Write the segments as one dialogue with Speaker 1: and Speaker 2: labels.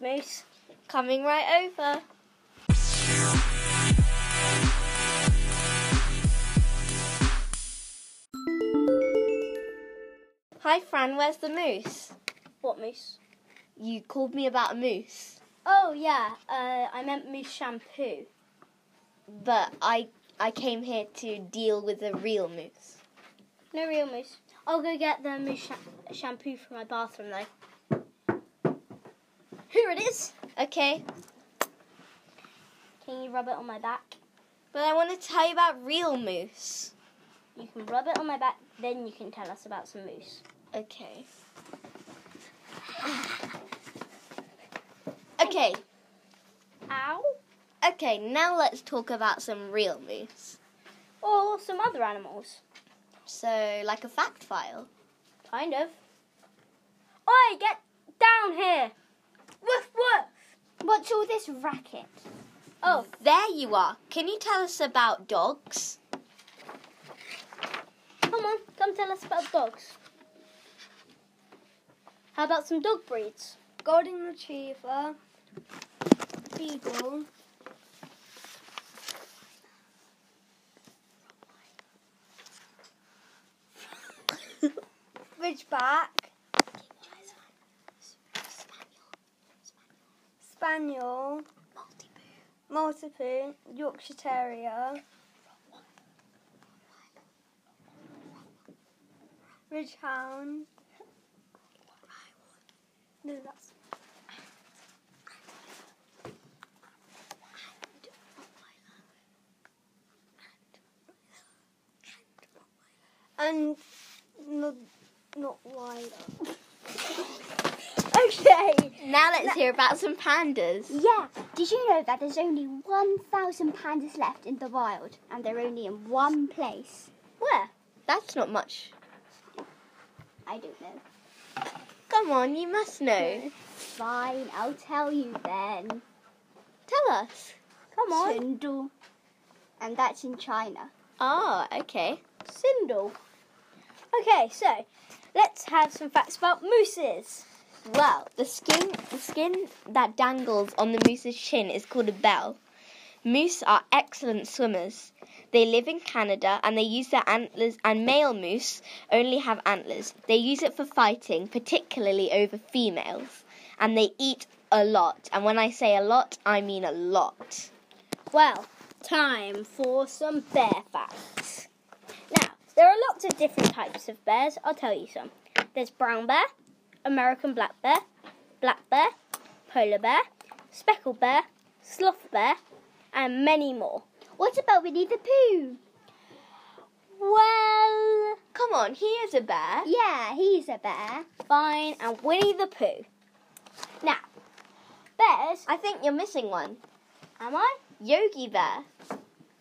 Speaker 1: Nice. Coming right over. Hi, Fran, where's the moose?
Speaker 2: What moose?
Speaker 1: You called me about a moose,
Speaker 2: Oh yeah, uh, I meant moose shampoo.
Speaker 1: but I, I came here to deal with a real moose.
Speaker 2: No real moose. I'll go get the moose sha- shampoo from my bathroom though. Here it is.
Speaker 1: Okay,
Speaker 2: Can you rub it on my back?
Speaker 1: but I want to tell you about real moose.
Speaker 2: You can rub it on my back, then you can tell us about some moose.
Speaker 1: Okay. Okay,
Speaker 2: Ow!
Speaker 1: okay, now let's talk about some real moose.
Speaker 2: Or some other animals.
Speaker 1: So, like a fact file.
Speaker 2: Kind of. Oi, get down here! Woof woof! What's all this racket? Oh,
Speaker 1: There you are. Can you tell us about dogs?
Speaker 2: come on, come tell us about dogs. How about some dog breeds?
Speaker 3: Golden Retriever, Beagle, Ridgeback, Spaniel, Maltipoo, Yorkshire Terrier, Ridgehound. No, that's And not not wider. okay.
Speaker 1: Now let's hear about some pandas.
Speaker 4: Yeah, did you know that there's only 1,000 pandas left in the wild and they're only in one place?
Speaker 2: Where?
Speaker 1: That's not much.
Speaker 4: I don't know.
Speaker 1: Come on, you must know.
Speaker 4: Fine, I'll tell you then.
Speaker 1: Tell us.
Speaker 2: Come on.
Speaker 4: Sindel. And that's in China.
Speaker 1: Ah, okay.
Speaker 2: Sindel. Okay, so let's have some facts about mooses.
Speaker 1: Well, the skin the skin that dangles on the moose's chin is called a bell. Moose are excellent swimmers. They live in Canada and they use their antlers and male moose only have antlers. They use it for fighting, particularly over females, and they eat a lot. And when I say a lot, I mean a lot.
Speaker 2: Well, time for some bear facts. Now, there are lots of different types of bears. I'll tell you some. There's brown bear, American black bear, black bear, polar bear, speckled bear, sloth bear, and many more.
Speaker 4: What about Winnie the Pooh?
Speaker 2: Well,
Speaker 1: Come on, he is a bear.
Speaker 4: Yeah, he's a bear.
Speaker 2: fine, and Winnie the Pooh. Now, bears,
Speaker 1: I think you're missing one.
Speaker 2: am I?
Speaker 1: Yogi Bear.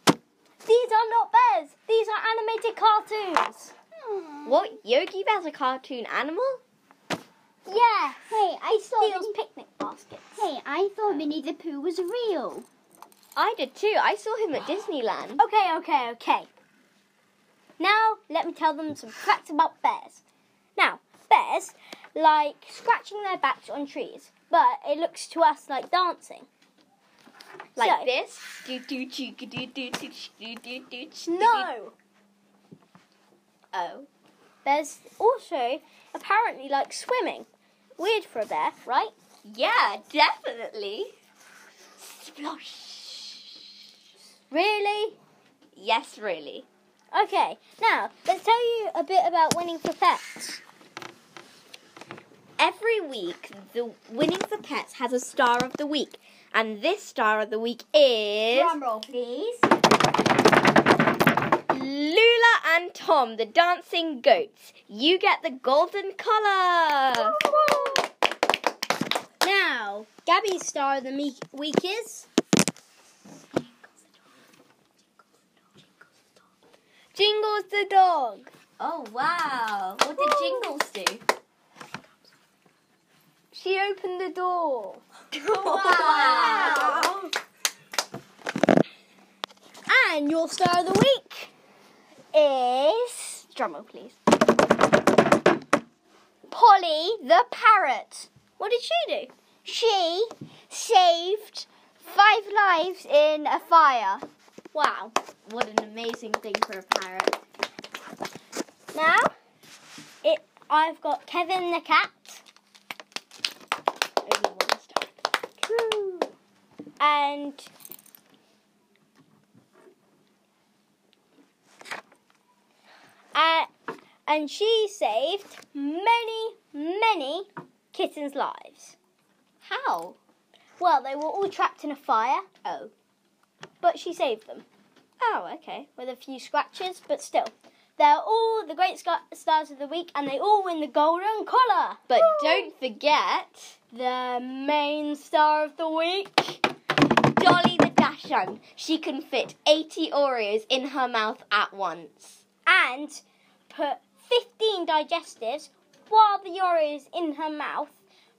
Speaker 2: These are not bears. These are animated cartoons.
Speaker 1: What? Yogi Bear's a cartoon animal?
Speaker 4: Yeah, hey, I saw
Speaker 2: Steals
Speaker 4: Winnie-
Speaker 2: picnic baskets.
Speaker 4: Hey, I thought Winnie the Pooh was real.
Speaker 1: I did too. I saw him at Disneyland.
Speaker 2: Okay, okay, okay. Now, let me tell them some facts about bears. Now, bears like scratching their backs on trees, but it looks to us like dancing.
Speaker 1: Like
Speaker 2: So-
Speaker 1: this. Do, do, do, do, do, do, do, do, do, do, do, do.
Speaker 2: No!
Speaker 1: Oh.
Speaker 2: Bears also apparently like swimming. Weird for a bear, right?
Speaker 1: Yeah, definitely. Splosh.
Speaker 2: Really?
Speaker 1: Yes, really.
Speaker 2: Okay, now let's tell you a bit about winning for pets.
Speaker 1: Every week, the Winning for Pets has a star of the week, and this star of the week is
Speaker 4: roll, please.
Speaker 1: Lula and Tom, the dancing goats. You get the golden collar.
Speaker 2: Now, Gabby's star of the me- week is Jingles the dog.
Speaker 1: Oh wow! What did Jingles do?
Speaker 2: She opened the door.
Speaker 1: Wow.
Speaker 2: And your star of the week is drumroll, please. Polly the parrot. What did she do? She
Speaker 4: saved five lives in a fire.
Speaker 2: Wow.
Speaker 1: What an amazing thing for a parrot.
Speaker 2: Now, it I've got Kevin the cat. Only one star. And uh, and she saved many, many kittens' lives.
Speaker 1: How?
Speaker 2: Well, they were all trapped in a fire. Oh. But she saved them. Oh, okay. With a few scratches, but still. They're all the great sc- stars of the week and they all win the golden collar.
Speaker 1: But don't forget
Speaker 2: The main star of the week.
Speaker 1: Dolly the Dashun. She can fit 80 Oreos in her mouth at once.
Speaker 2: And put 15 digestives while the Oreo is in her mouth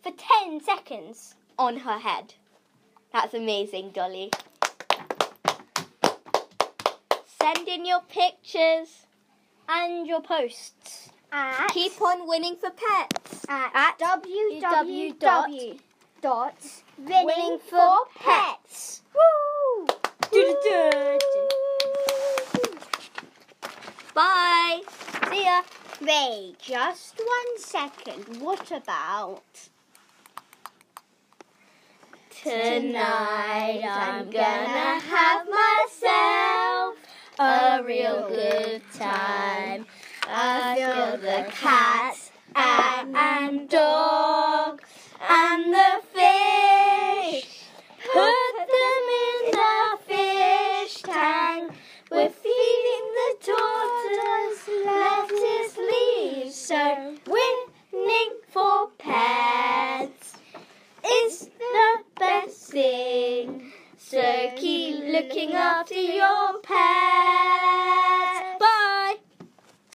Speaker 2: for 10 seconds.
Speaker 1: On her head. That's amazing, Dolly. Send in your pictures.
Speaker 2: And your posts.
Speaker 4: At,
Speaker 1: Keep on winning for pets.
Speaker 4: at,
Speaker 2: www dot
Speaker 4: www dot winning for
Speaker 2: for pets.
Speaker 4: Woo!
Speaker 1: Bye.
Speaker 2: See ya.
Speaker 4: Ray, just one second. What about
Speaker 1: Tonight I'm gonna
Speaker 4: have myself
Speaker 1: a real good time. I feel the cat and, and dog and the fish. Put them in the fish tank. We're feeding the tortoise lettuce leaves. So winning for pets is the best thing. So keep looking after your pets.